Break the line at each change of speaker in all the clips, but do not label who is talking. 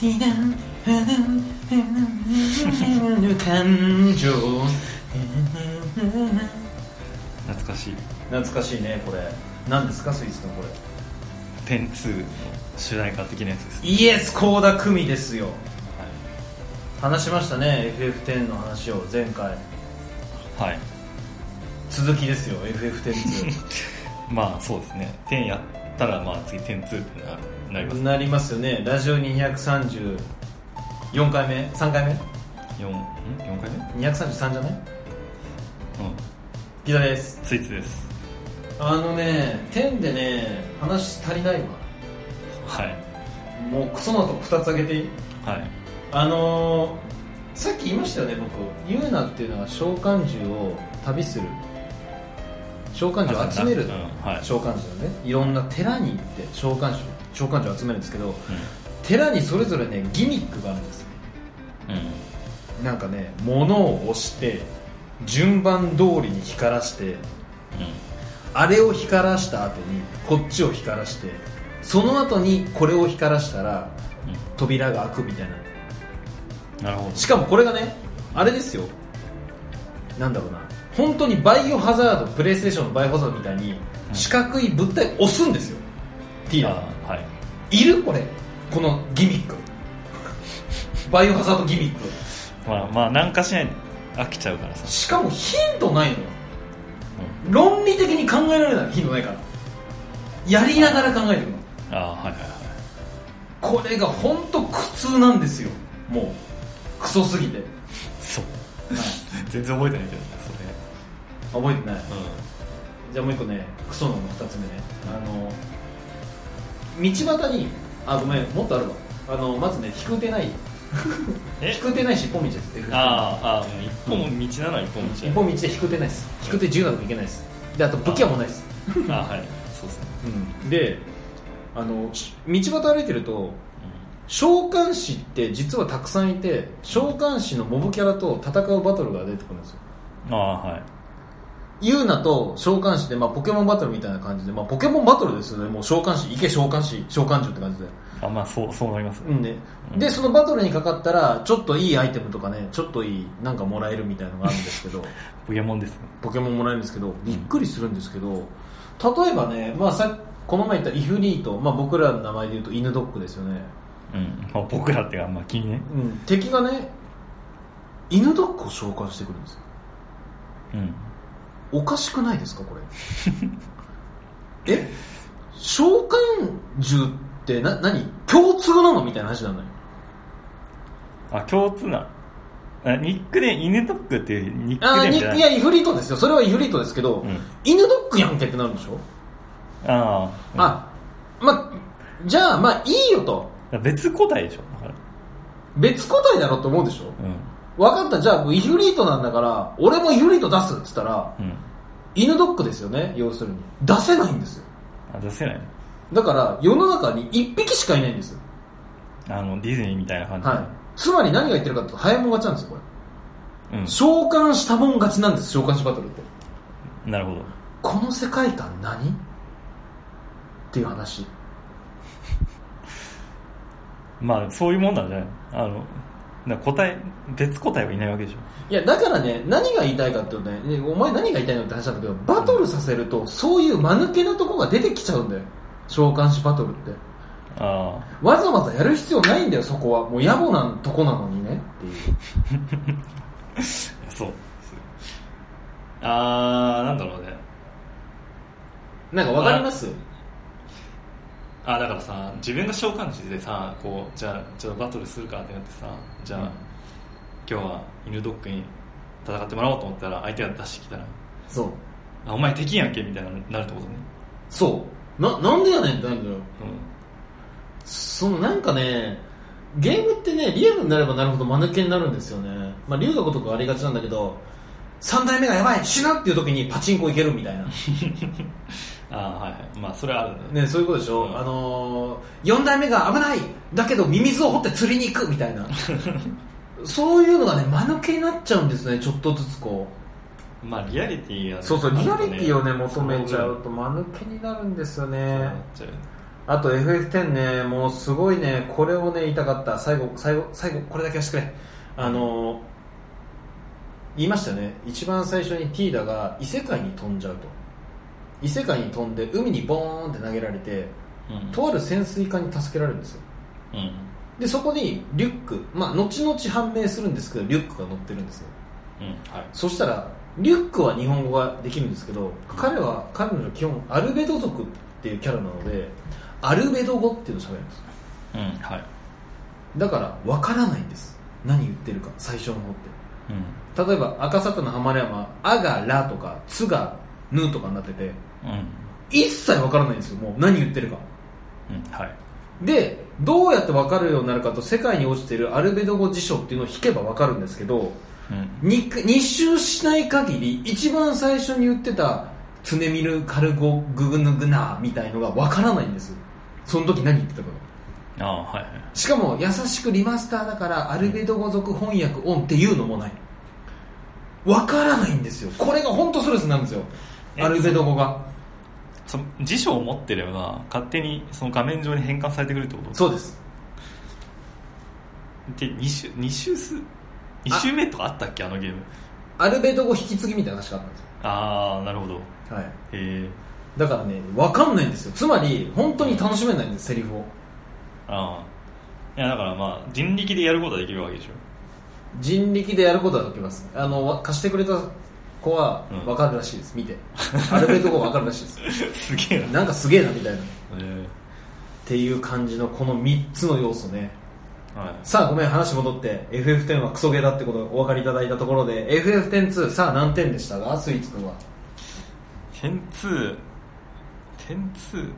ディダンハダンハダンハダンの感情
懐かしい
懐かしいねこれ何ですかスイーツのこれ
「ペン2」の主題歌的なやつです、
イエス倖田來未ですよ
は
話しましたね FF10 の話を前回
い、はい、
続きですよ FF102
まあそうですね10やったらまあ次10-2ってななりますね
なりますよねラジオ234回目3回目
4ん4回目
233じゃない
うん
ギタです
スイーツです
あのね10でね話足りないわ
はい
もうクソなとこ2つあげていい
はい
あのー、さっき言いましたよね僕ユーナっていうのは召喚獣を旅する召喚獣を集める
うんはい
召喚獣をねいろんな寺に行って召喚獣召喚獣を集めるんですけど
う
寺にそれぞれねギミックがあるんですよ
んうん
なんかね物を押して順番通りに光らしてあれを光らした後にこっちを光らしてその後にこれを光らしたら
うん
扉が開くみたいな
うんなるほど
しかもこれがねあれですよなんだろうな本当にバイオハザードプレイステーションのバイオハザードみたいに
うん
四角い物体を押すんですよティーラ
あーはい
いるこれこのギミックバイオハザードギミック
まあまあなんかしないと飽きちゃうからさ、
しかもヒントないのよ
うん
論理的に考えられないヒントないからやりながら考えていくの
ああはいはいは
これが本当苦痛なんですよもうクソすぎて、はい
いそう 全然覚えてないけどね
覚えてない
それうん
じゃあもう一個ねクソの2つ目ねあの道端にあごめんもっとあるわあのまずね引く手ない
え
引く手ないし一本道です
あーあー一本道なら一本道
一本道で引く手ないです引く手10なのもいけないですであと武器はもうないです
ああーはいそうですね、
うんであのし道端歩いてると召喚師って実はたくさんいて召喚師のモブキャラと戦うバトルが出てくるんですよ
うん、ああはい
ユーナと召喚師で、まあ、ポケモンバトルみたいな感じで、まあ、ポケモンバトルですよねもう召喚師行け召喚師召喚獣って感じで,、
あまあそうそうなりますね、
うんね
うん
でそのバトルにかかったらちょっといいアイテムとかねちょっといいなんかもらえるみたいなのがあるんですけ ど
ポケモンですね
ポケモンもらえるんですけどびっくりするんですけど例えばね、まあ、さこの前言ったイフリート、まあ、僕らの名前で言うと犬ドッグですよね、
うん、まあ、僕らっていうかまあ君ね
うん、敵がね犬ドッグを召喚してくるんですよ
うん
おかしくないですかこ れえ召喚獣ってな何共通なのみたいな話なのよ
あ共通なあニックで犬ドッグっていうニッ
あ
ク
ー
で
に
み
い
たいな
やイフリートですよそれはイフリートですけど、
うん
犬ドッグやんけってなるんでしょ、
あー、うん、
あまじゃあまあいいよと
別個体でしょだから
別個体だろって思うでしょ
う
分かったじゃあイフリートなんだから俺もイフリート出すっつったら
んうん
犬ドッグですよね要するに出せないんですよ
あ出せない
だ
の
から世の中に1匹しかいないんですよ
あのディズニーみたいな感じで、
はい、つまり何が言ってるかというと早いもん勝ちなんですよこれ
う
召喚したもん勝ちなんです召喚師バトルって
んなるほど
この世界観何っていう話
まあそういうもんなんじゃないあのな答え別個体はいないわけでしょ
いやだからね何が言いたいかっていうとねねお前何が言いたいのって話なんだけどバトルさせるとそういう間抜けなとこが出てきちゃうんだよ召喚師バトルって
ああ
わざわざやる必要ないんだよそこはもう野暮なとこなのにねっていう
そうあーなんだろうね
なんかわかります
あーだからさ自分が召喚師でさこうじゃあちょっとバトルするかってなってさじゃあ、
うん
今日は犬ドッグに戦ってもらおうと思ったら相手が出してきたら
そう
「あお前敵やんけ」みたいなのになるってことね
そうななんでやねんってなるんだよ
う
そのなんかねゲームってねリアルになればなるほど間抜けになるんですよねまあ龍が如くありがちなんだけど3代目がやばい死なっていう時にパチンコ行けるみたいな、
んあーはいはいまあそれはあるんだ
ね、そういうことでしょ、
うん
あのー、4代目が危ないだけどミミズを掘って釣りに行くみた いなそういうのがね間抜けになっちゃうんですねちょっとずつこう
まあリアリティがね
そうそう
ある
リ
と
アリティをね求めちゃうと間抜けになるんですよ
そう
ね
なっちゃう
あと FF10 ねもうすごいねこれをね言いたかった最後最後最後これだけはしてくれあのー言いましたよね一番最初にティーダが異世界に飛んじゃうと異世界に飛んで海にボーンって投げられて
うん
とある潜水艦に助けられるんですよ
うん
でそこにリュックまあ後々判明するんですけどリュックが乗ってるんですよ
うんはい
そしたらリュックは日本語ができるんですけど彼は彼女は基本アルベド族っていうキャラなのでアルベド語っていうのを喋るんですよ
うんはい
だから分からないんです何言ってるか最初の方って
うん
例えば赤沙汰の浜山「あ」が「ら」とか「つ」が「ぬ」とかになってて
うん
一切分からないんですよもう何言ってるか
うんはい
でどうやって分かるようになるかと世界に落ちてるアルベド語辞書っていうのを引けば分かるんですけど
うん
に2周しない限り一番最初に言ってた「ツネミルカルゴググヌグナ」みたいのがわからないんですその時何言ってたか
ああはいはい
しかも優しくリマスターだからアルベド語族翻訳オンっていうのもないわからないんですよこれが本当ストレスなんですよ
え
アルベド語が
その辞書を持ってれば勝手にその画面上に変換されてくるってこと
そうです
で2週二週数2週目とかあったっけあのゲーム
アルベド語引き継ぎみたいな話があったんです
ああなるほど
よ、はい、
ええ
だからねわかんないんですよつまり本当に楽しめないんですセリフを
ああいやだからまあ人力でやることはできるわけでしょ
人力でやることはできますあのわ貸してくれた子は
うん
分かるらしいです、見てアルベルト語分かるら しいです
すげえな、
なんかすげえなみたいなっ
え
ていう感じのこの3つの要素ね
えはい
さあごめん話戻って FF10 はクソゲーだってことをお分かりいただいたところで FF102 さあ何点でしたかスイーツくんは
点2点2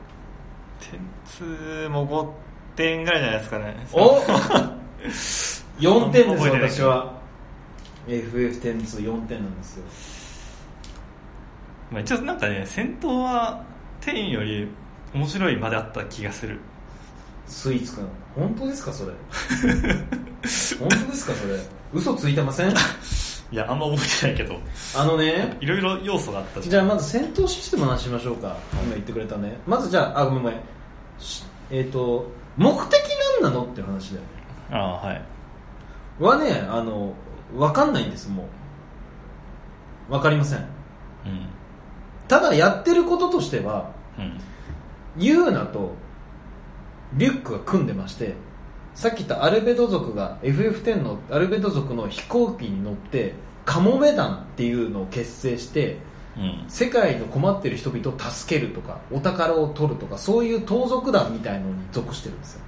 点2も5点ぐらいじゃないですかね
お4点です
覚えてない
私は FF102 点なんですよ
まあ、一応なんかね戦闘は天より面白いまであった気がする
スイーツくん本当ですかそれ 本当ですかそれ嘘ついてません
いやあんま覚えてないけど
あのね
いろいろ要素があった
じゃあまず戦闘システムの話しましょうか今言ってくれたねまずじゃああごめんごめんしえっ、と目的なんなのっていう話だよね
ああはい
はねあの分かんないんですもう分かりません
うん
ただやってることとしては
うん
ユーナとリュックが組んでましてさっき言ったアルベド族が FF10 のアルベド族の飛行機に乗ってカモメ団っていうのを結成して
うん
世界の困ってる人々を助けるとかお宝を取るとかそういう盗賊団みたいのに属してるんですよ、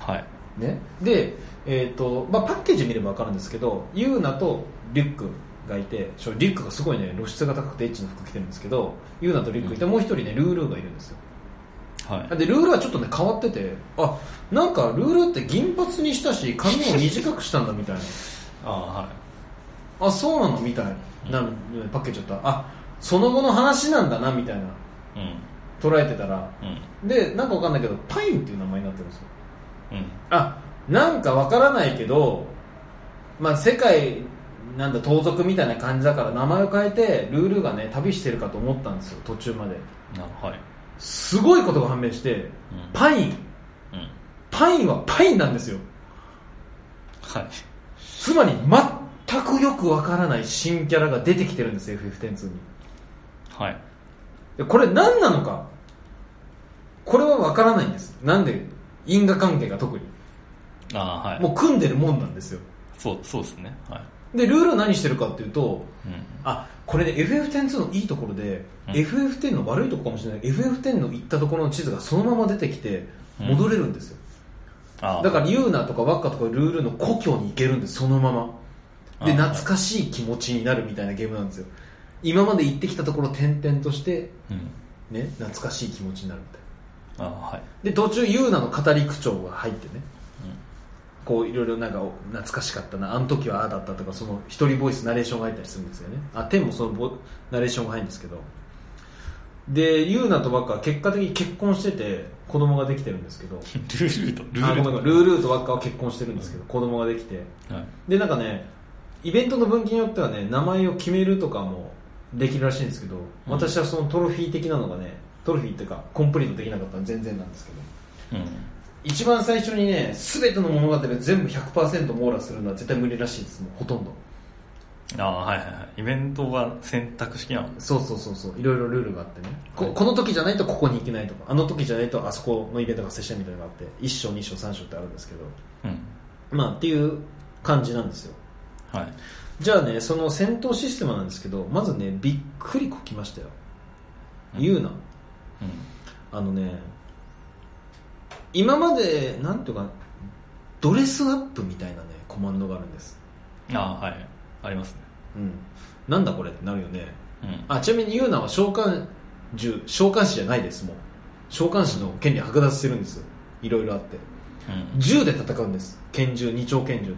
はい
ね、で、えーとまあ、パッケージ見れば分かるんですけどユーナとリュックがいてそうリュックがすごいね露出が高くてエッチな服着てるんですけどユーナとリュックいて、もう一人ねルールーがいるんですよ
はい
でルールはちょっとね変わっててあなんかルールって銀髪にしたし髪を短くしたんだみたいな
ああはい
あそうなのみたいななパッケージだったらあその後の話なんだなみたいな
うん
捉えてたら
うん
でなんかわかんないけどパインっていう名前になってるんですよ
うん
あなんかわからないけど、まあ、世界なんだ盗賊みたいな感じだから名前を変えてルールがね旅してるかと思ったんですよ途中まで
なはい
すごいことが判明して
うん
パイン
うん
パインはパインなんですよ
はい
つまり全くよくわからない新キャラが出てきてるんです FF102 に
はい
でこれ何なのかこれはわからないんですなんで因果関係が特に
ああはい
もう組んでるもんなんですよ
そうそうですねはい
でルールは何してるかっていうと
うん
あこれね FF102 のいいところで、
うん
FF10 の悪いところかもしれない FF10 の行ったところの地図がそのまま出てきて
うん
戻れるんですよ、
ああ
だからユーナとかワッカとかルールの故郷に行けるんですそのままで
あー
懐かしい気持ちになるみたいなゲームなんですよ今まで行ってきたところを転々として、
うん
ね、懐かしい気持ちになるみたいな
ああはい
で途中ユーナの語り口調が入ってね
うん
こういろいろなんかお懐かしかったなあの時はああだったとかその一人ボイスナレーションが入ったりするんですよねあ天もそのボナレーションが入るんですけどでユーナとワッカは結果的に結婚してて子供ができてるんですけど
ルールとル
あ
ー
ご
ル
めんごめんルールーとワッカは結婚してるんですけど子供ができて
はい
でなんかねイベントの分岐によってはね名前を決めるとかもできるらしいんですけど、
うん
私はそのトロフィー的なのがねトロフィーっていうかコンプリートできなかったら全然なんですけど
うん
一番最初にね全ての物語を全部100%網羅するのは絶対無理らしいですもうほとんど
ああはいはいはいイベントは選択式なの
そうそうそうそういろいろルールがあってねここの時じゃないとここに行けないとかあの時じゃないとあそこのイベントが接したみたいなのがあって1章2章3章ってあるんですけど
うん
まあっていう感じなんですよ
はい
じゃあねその戦闘システムなんですけどまずねびっくりこきましたよ
うん
言うな
う
あのね今までなんていうかドレスアップみたいなねコマンドがあるんです
んああはいありますね
うんなんだこれってなるよね
うん
あちなみにユーナは召喚獣召喚師じゃないですもう召喚師の権利剥奪してるんですいろいろあって
うん
銃で戦うんです拳銃二丁拳銃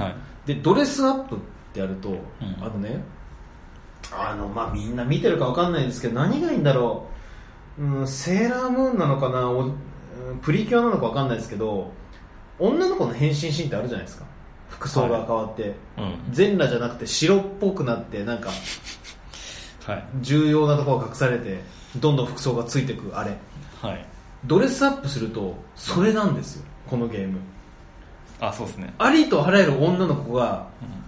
はい
ででドレスアップってやると、
ん
あのねあのまあみんな見てるかわかんないんですけど何がいいんだろう、うん、セーラームーンなのかなおうんプリキュアなのかわかんないですけど女の子の変身シーンってあるじゃないですか服装が変わって、
うん
全裸じゃなくて白っぽくなってなんか
はい
重要なところが隠されてどんどん服装がついてくあれ
はい
ドレスアップするとそれなんですよこのゲーム
あそうですね
ありとあらゆる女の子が
うん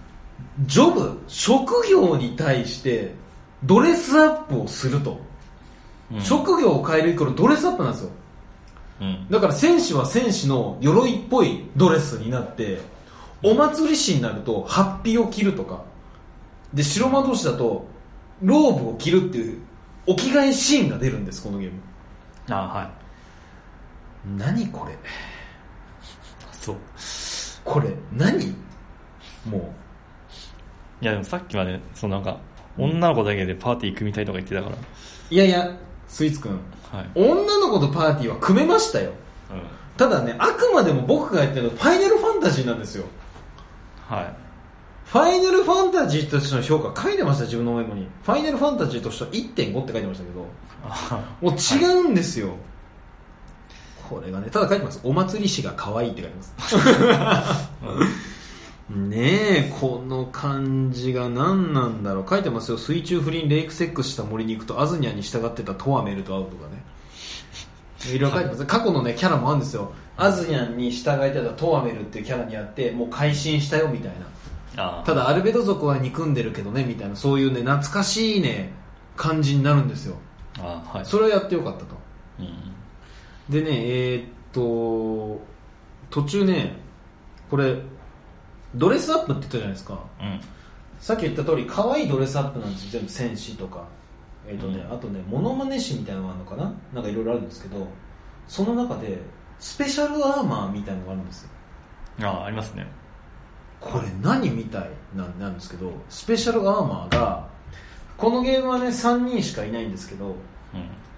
ジョブ職業に対してドレスアップをすると、
うん
職業を変えるイコールドレスアップなんですよ
うん
だから戦士は戦士の鎧っぽいドレスになってお祭り師になるとハッピーを着るとかで白魔道士だとローブを着るっていうお着替えシーンが出るんですこのゲーム
ああはい
何これ
あそう
これ何もう
いやでもさっきまでそうなんか女の子だけでパーティー組みたいとか言ってたから
いやいやスイーツくん
はい、
女の子とパーティーは組めましたよ
うん、
ただねあくまでも僕が言ってるのはファイナルファンタジーなんですよ
はい
ファイナルファンタジーとしての評価書いてました自分のメモにファイナルファンタジーとしては1.5って書いてましたけど
あ
もう違うんですよ、これがねただ書いてますお祭り師が可愛いって書いてます ねえこの感じが何なんだろう書いてますよ水中不倫レイクセックスした森に行くとアズニャに従ってたトアメルと会うとかねいろいろ書いてます過去のねキャラもあるんですよアズニャに従いてたトアメルっていうキャラにあってもう改心したよみたいな
あ
ただアルベド族は憎んでるけどねみたいなそういうね懐かしいね感じになるんですよ
あはい
それをやってよかったと
うん
でねえーっと途中ねこれドレスアップって言ったじゃないですか
うん
さっき言った通り可愛いドレスアップなんです全部戦士とか、えーとね
う
あとねモノマネ師みたいなのがあるのかななんかいろいろあるんですけどその中でスペシャルアーマーみたいなのがあるんですよ
ああありますね
これ何みたいなんなんですけどスペシャルアーマーがこのゲームはね3人しかいないんですけど
うん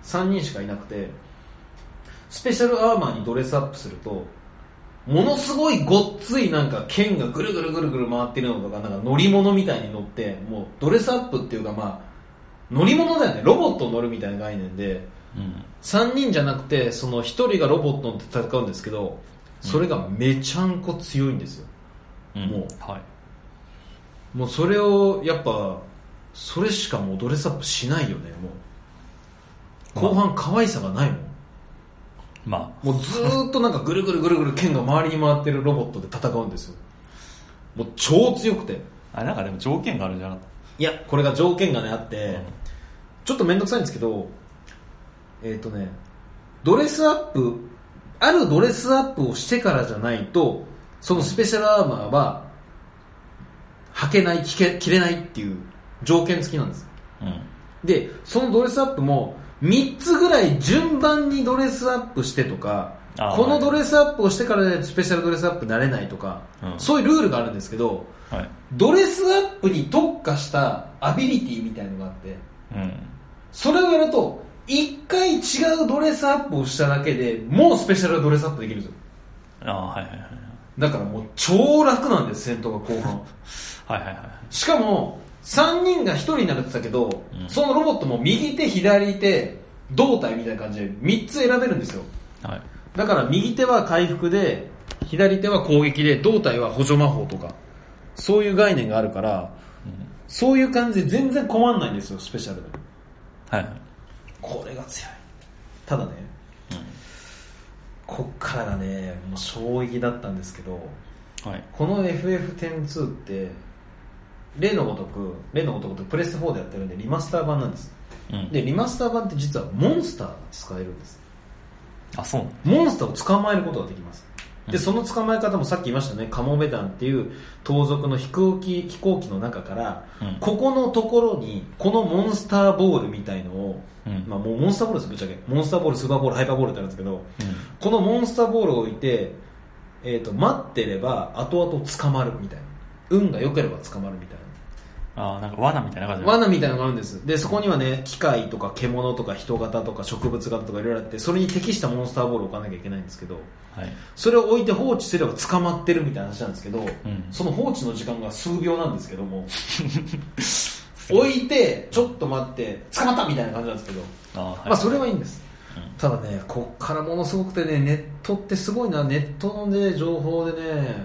3人しかいなくてスペシャルアーマーにドレスアップするとものすごいごっついなんか剣がぐるぐるぐるぐる回ってるのとかなんか乗り物みたいに乗ってもうドレスアップっていうかまあ乗り物だよねロボット乗るみたいな概念で
うん
3人じゃなくてその1人がロボット乗って戦うんですけどそれがめちゃんこ強いんですよ
うん
もう
はい
もうそれをやっぱそれしかもうドレスアップしないよねもう後半可愛さがないもん
ま
もうずーっとなんかぐるぐるぐるぐる剣が周りに回ってるロボットで戦うんですよもう超強くて
ああれなんかでも条件があるんじゃなかっ
いやこれが条件がねあって、
た、
ちょっと面倒くさいんですけどえっ、とねドレスアップあるドレスアップをしてからじゃないとそのスペシャルアーマーは履けない着け着れないっていう条件付きなんです
うん
でそのドレスアップも3つぐらい順番にドレスアップしてとか
あー
このドレスアップをしてからでスペシャルドレスアップになれないとか、
うん
そういうルールがあるんですけど
はい
ドレスアップに特化したアビリティみたいのがあって
うん
それをやると1回違うドレスアップをしただけでもうスペシャルドレスアップできるんですよ
ああはいはいはい
だからもう超楽なんです戦闘が後半
はいはいはい
しかも3人が1人になるって言ったけど、
うん
そのロボットも右手左手胴体みたいな感じで3つ選べるんですよ
はい
だから右手は回復で左手は攻撃で胴体は補助魔法とかそういう概念があるから
うん
そういう感じで全然困んないんですよスペシャルで
はいはい
これが強いただね
う
こっからがねもう衝撃だったんですけど
んはい
この FF102 って例のごとく例のごとくとプレス4でやってるんでリマスター版なんです
うん
でリマスター版って実はモンスターが使えるんです
あそう
モンスターを捕まえることができます
う
で
ん
その捕まえ方もさっき言いましたねカモメ団っていう盗賊の飛行機飛行機の中から
うん
ここのところにこのモンスターボールみたいのを、
うん
まあ、もうモンスターボールですぶっちゃけモンスターボールスーパーボールハイパーボールってあるんですけど
うん
このモンスターボールを置いて、えー、と待ってれば後々捕まるみたいな運が良ければ捕まるみたい
あーなんか罠みたいな感
な
じ
罠みたいなのがあるんですでそこにはね機械とか獣とか人型とか植物型とかいろいろあってそれに適したモンスターボールを置かなきゃいけないんですけど
はい
それを置いて放置すれば捕まってるみたいな話なんですけど、
ん
その放置の時間が数秒なんですけど も置いてちょっと待って捕まったみたいな感じなんですけど、
あーはい
まあそれはいいんです
うん
ただねこっからものすごくてねネットってすごいなネットのね情報でね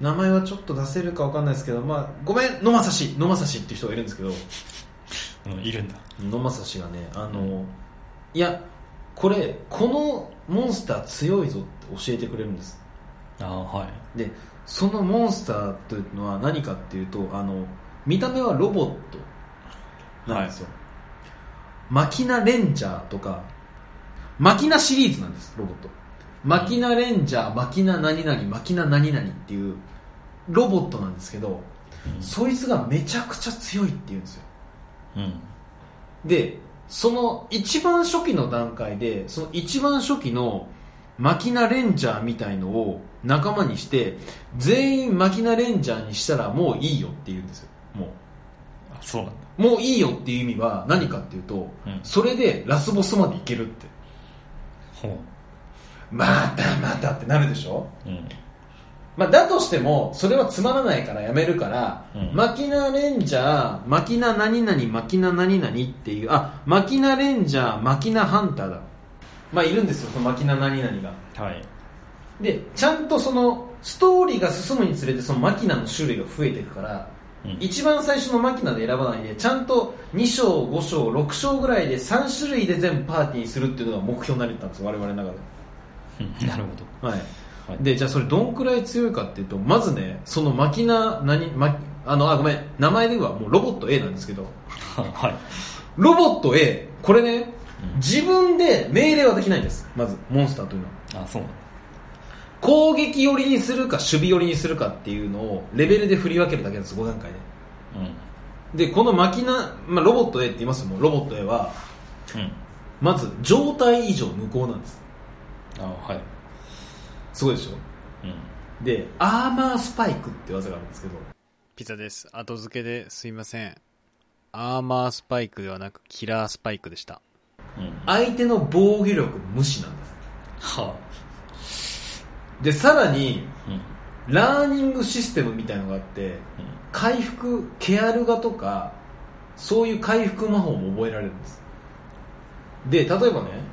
名前はちょっと出せるかわかんないですけど、まあ、ごめん野まさし野まさしっていう人がいるんですけど
うんいるんだ
野まさしがねあのいやこれこのモンスター強いぞって教えてくれるんです
ああはい
でそのモンスターというのは何かっていうとあの見た目はロボットなんですよ、マキナレンジャーとかマキナシリーズなんですロボットマキナレンジャーマキナ何々マキナ何々っていうロボットなんですけどそいつがめちゃくちゃ強いって言うんですよ
うんうん
でその一番初期の段階でその一番初期のマキナレンジャーみたいのを仲間にして全員マキナレンジャーにしたらもういいよって言うんですよも
あそうなんだ
うもういいよっていう意味は何かっていうと、
うん
それでラスボスまでいけるって
ほ
またまたってなるでしょ、
ううん
まあ、だとしてもそれはつまらないからやめるから、
うん
マキナレンジャーマキナ何々マキナ何々っていうあマキナレンジャーマキナハンターだまあいるんですよそのマキナ何々が
はい
でちゃんとそのストーリーが進むにつれてそのマキナの種類が増えていくから、
うん
一番最初のマキナで選ばないでちゃんと2章5章6章ぐらいで3種類で全部パーティーにするっていうのが目標になれてたんですよ我々の中で
うん なるほど
はい、
はい
でじゃあそれどんくらい強いかっていうとまずねそのマキナ何マあのあごめん名前ではもうロボット A なんですけど
はい
ロボット A これね、
うん
自分で命令はできないんですまずモンスターというのは
あそうなんだ
攻撃寄りにするか守備寄りにするかっていうのをレベルで振り分けるだけなんです5段階
うん
ででこのマキナ、まあ、ロボット A って言いますよもうロボット A は
うん
まず状態以上無効なんです
あはい
すごいでしょ
うん
でアーマースパイクって技があるんですけど
ピザです。後付けですいません。アーマースパイクではなくキラースパイクでした。
うん
相手の防御力無視なんです
は
でさらに
あうん
ラーニングシステムみたいのがあって
うん
回復ケアルガとかそういう回復魔法も覚えられるんですで例えばね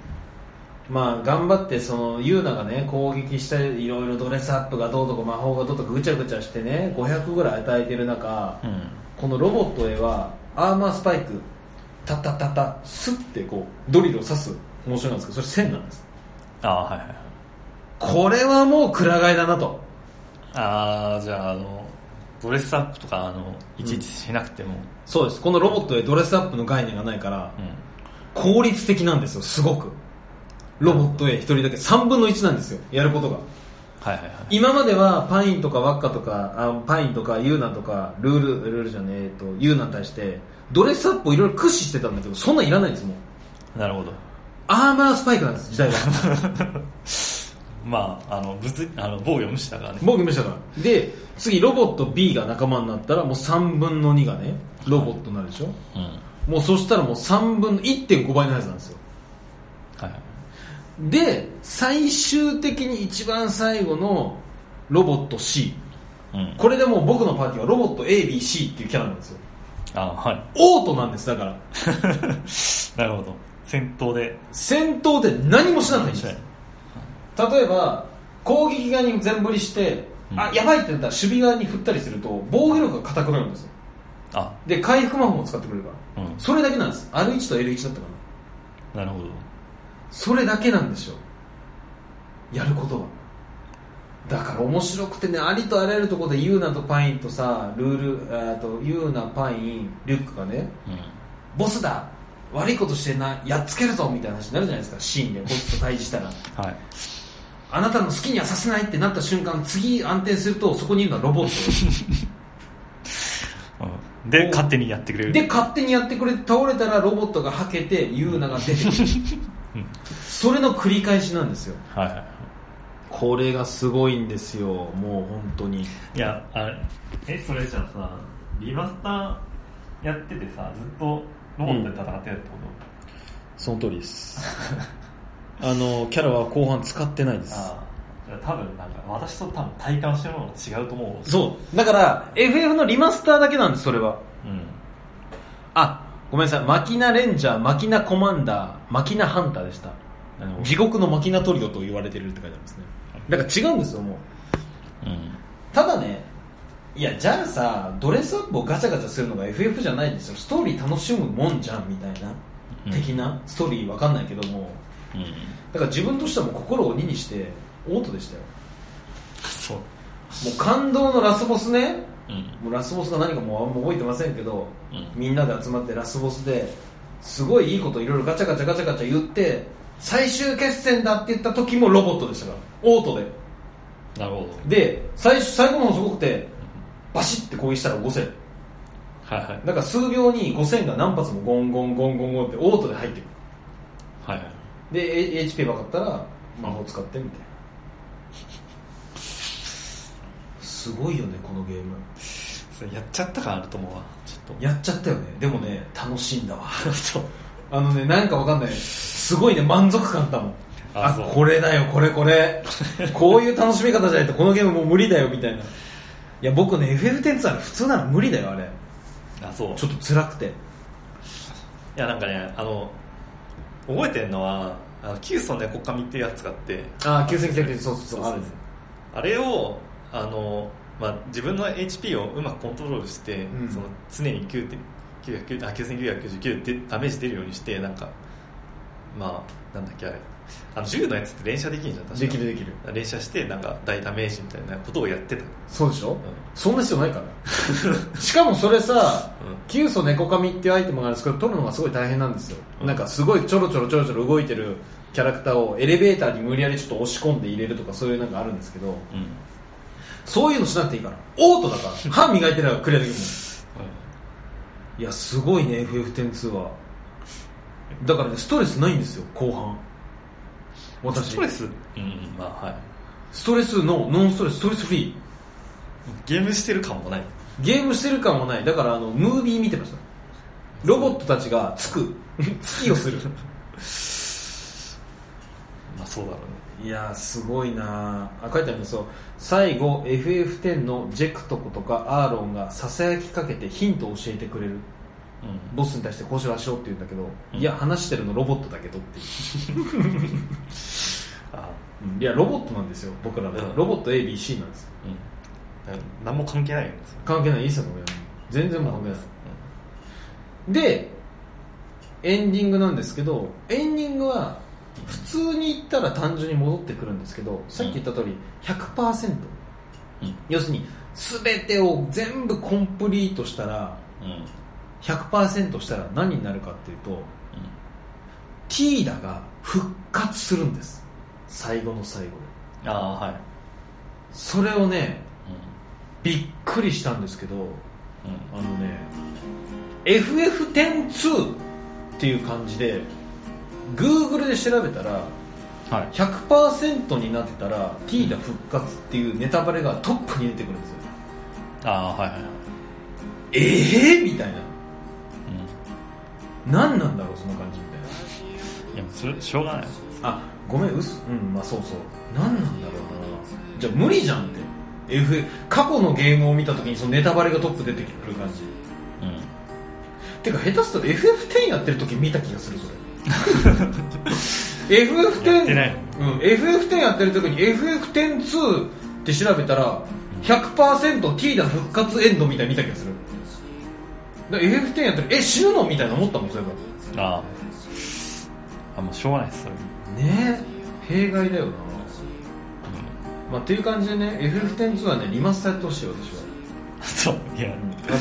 まあ頑張ってそのユーナがね攻撃したりいろいろドレスアップがどうとか魔法がどうとかぐちゃぐちゃしてね500ぐらい与えてる中
うん
このロボットへはアーマースパイクタッタッタッタスッてこうドリルを刺す面白いなんですけどそれ線なんです
あはいはいはい
これはもうくら替えだなと
ああじゃああのドレスアップとかあのいちいちしなくても
そうですこのロボットへドレスアップの概念がないから
うん、
効率的なんですよすごくロボットへ一人だけ3分の1なんですよやることが
はいはいはい
今まではパインとかワッカとかあパインとかユーナとかルールルールじゃねええっとユーナに対してドレスアップをいろいろ駆使してたんだけどそんなんいらないんですもん
なるほど
アーマースパイクなんです時 代が
まああの物あの防御無視だからね
僕見ましたからで次ロボット B が仲間になったらもう3分の2がねロボットになるでしょ
うんはい
もうそしたらもう3分の1.5倍のやつなんですよ
はい
で最終的に一番最後のロボット C
うん
これでもう僕のパーティーはロボット ABC っていうキャラなんですよ
あは
オートなんですだから
いなるほど戦闘で
戦闘で何もしなくていいんです
う
例えば攻撃側に全振りして、
うん
あやばいってなったら守備側に振ったりすると防御力が硬くなるんですよ
あ
で回復魔法も使ってくれるから
うん
それだけなんです R1 と L1 だったか
なるほど
なそれだけなんでしょやることはだから面白くてねありとあらゆるところでユーナとパインとさルールえーとユーナパインリュックがね
う
ボスだ悪いことしてないやっつけるぞみたいな話になるじゃないですかシーンでボスと対峙したら
んはい
あなたの好きにはさせないってなった瞬間次暗転するとそこにいるのはロボッ
うんで勝手にやってくれ
ト
る
で勝手にやってくれて倒れたらロボットがはけてユーナが出てくるそれの繰り返しなんですよ
はいは
これがすごいんですよもう本当に
いいやあれえそれじゃあさリマスターやっててさずっとロボットで戦ってるってこと、
その通りです あのキャラは後半使ってないで
ああ多分なんか私と多分体感してるものが違うと思う
そうだから FF のリマスターだけなんですそれは
うん
あごめんなさいマキナレンジャーマキナコマンダーマキナハンターでした
なるほど
地獄のマキナトリオと言われてるって書いてありますねだから違うんですよもう
うん
ただねいやじゃあさドレスアップをガチャガチャするのが FF じゃないんですよストーリー楽しむもんじゃんみたいな、
うん
的なストーリーわかんないけども
うん
だから自分としてはもう心を鬼にしてオートでしたよ
そう
もう感動のラスボスね
うん
もうラスボスが何かもうあんま覚えてませんけど、
うん
みんなで集まってラスボスですごいいいこといろいろガチャガチャガチャガチャ言って最終決戦だって言った時もロボットでしたからオート
なるほど
でで最初最後の方すごくてバシッて攻撃したら5000
はいはい
だから数秒に5000が何発もゴンゴンゴンゴンゴンってオートで入ってくる
はいはい
で A- HP ばかったら魔法使ってみたいなすごいよねこのゲーム
それやっちゃった感あると思うわちょっ
やっちゃったよねでもね楽しいんだ わ
とそう
あのね、なんかわかんない。すごいね、満足感だもん。
あ
あ、
そう
これだよ、これこ れ。こういう楽しみ方じゃないと、このゲームもう無理だよ、みたいな。いや、僕ね、FF10 あれ普通なら無理だよ、あれ。
あそう
ちょっと辛くて。
いやなんかねあの覚えてんのはあのキュウソンの横紙っていうやつがあって
あ、9900そうそうそう、あるんです。
あれをあの、まあ、自分の HP をうまくコントロールして、
うん
その常に9点900あ9999ってダメージ出るようにしてなんかまあなんだっけあれあの銃のやつって連射できるじゃん確か
できるできる。
連射してなんか大ダメージみたいなことをやってた、
そうでしょ
う
そんな必要ない から。しかもそれさ、
んうん
キュウソネコカミっていうアイテムがあるんですけど取るのがすごい大変なんですよ、
うん
なんかすごいちょろちょろちょろちょろ動いてるキャラクターをエレベーターに無理やりちょっと押し込んで入れるとかそういうなんかあるんですけど
うん
そういうのしなくていいからオートだから歯磨いてないからクリアできるのいやすごいね FF102 はだからねストレスないんですよ後半私
ストレスうんうんまあはい
ストレスのノンストレスストレスフリ
ゲームしてる感もない
ーゲームしてる感もないだからあのムービー見てましたロボットたちがつく 突きをする
まあそうだろうね
いやーすごいなーあ書いてあるんですよ最後 FF10 のジェクトコとかアーロンがささやきかけてヒントを教えてくれる
うん
ボスに対してこうしようああしようって言うんだけど、
うん
いや話してるのロボットだけどっていう、
あ
うんいやロボットなんですよ僕らは、
うん
ロボット ABC なんですよ
うんだから何も関係ないよねそれ
関係ない一切関係ない全然もう関係ないでエンディングなんですけどエンディングは普通に言ったら単純に戻ってくるんですけどさっき言った通り100%、
うん
要するに全てを全部コンプリートしたら
うんうん
100%したら何になるかっていうとティーダが復活するんです最後の最後で
ああはい、
それをねびっくりしたんですけど
うん
あのね FF102 っていう感じで Google で調べたら
はい
100%になってたらティーダ復活っていうネタバレがトップに出てくるんですよ
ああはいはい、
ええー、みたいな何なんだろうその感じみたいな
うん、いやそれしょうがない
あごめんうすうんまあそうそう何なんだろうなじゃあ無理じゃんって F 過去のゲームを見た時にそのネタバレがトップ出てくる感じ
うん
てか下手すると FF10 やってる時見た気がするそ れ FF10
やってない
うん FF10 やってる時に FF102 って調べたら100%ティーダ復活エンドみたいに見た気がするだから FF10 やってるえ死ぬのみたいな思ったもんそれから
あああもうしょうがないですそれ
ねえ弊害だよなまあっていう感じでね FF102 はねリマスターやってほしい私は
そういや
あ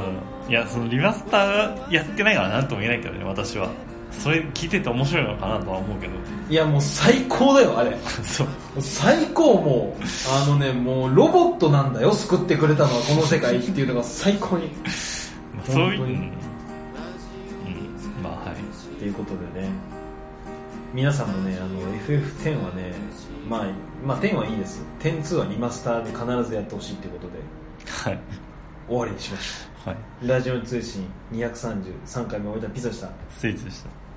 のね
うんいやそのリマスターやってないから何とも言えないけどね私はそれ聞いてて面白いのかなとは思うけど
いやもう最高だよあれ
そう
最高もうあのねもうロボットなんだよ救ってくれたのはこの世界っていうのが最高にっ
まあそうい
本
う、う
当
ん
に
うん、まあはい
ていうことでね皆さんもねあの FF10 はねまあ、まあ、10はいいです102はリマスターで必ずやってほしいっていうことで
はい
終わりにしましょ
はいう
ラジオ通信233回目終えたピザした
スイーツでした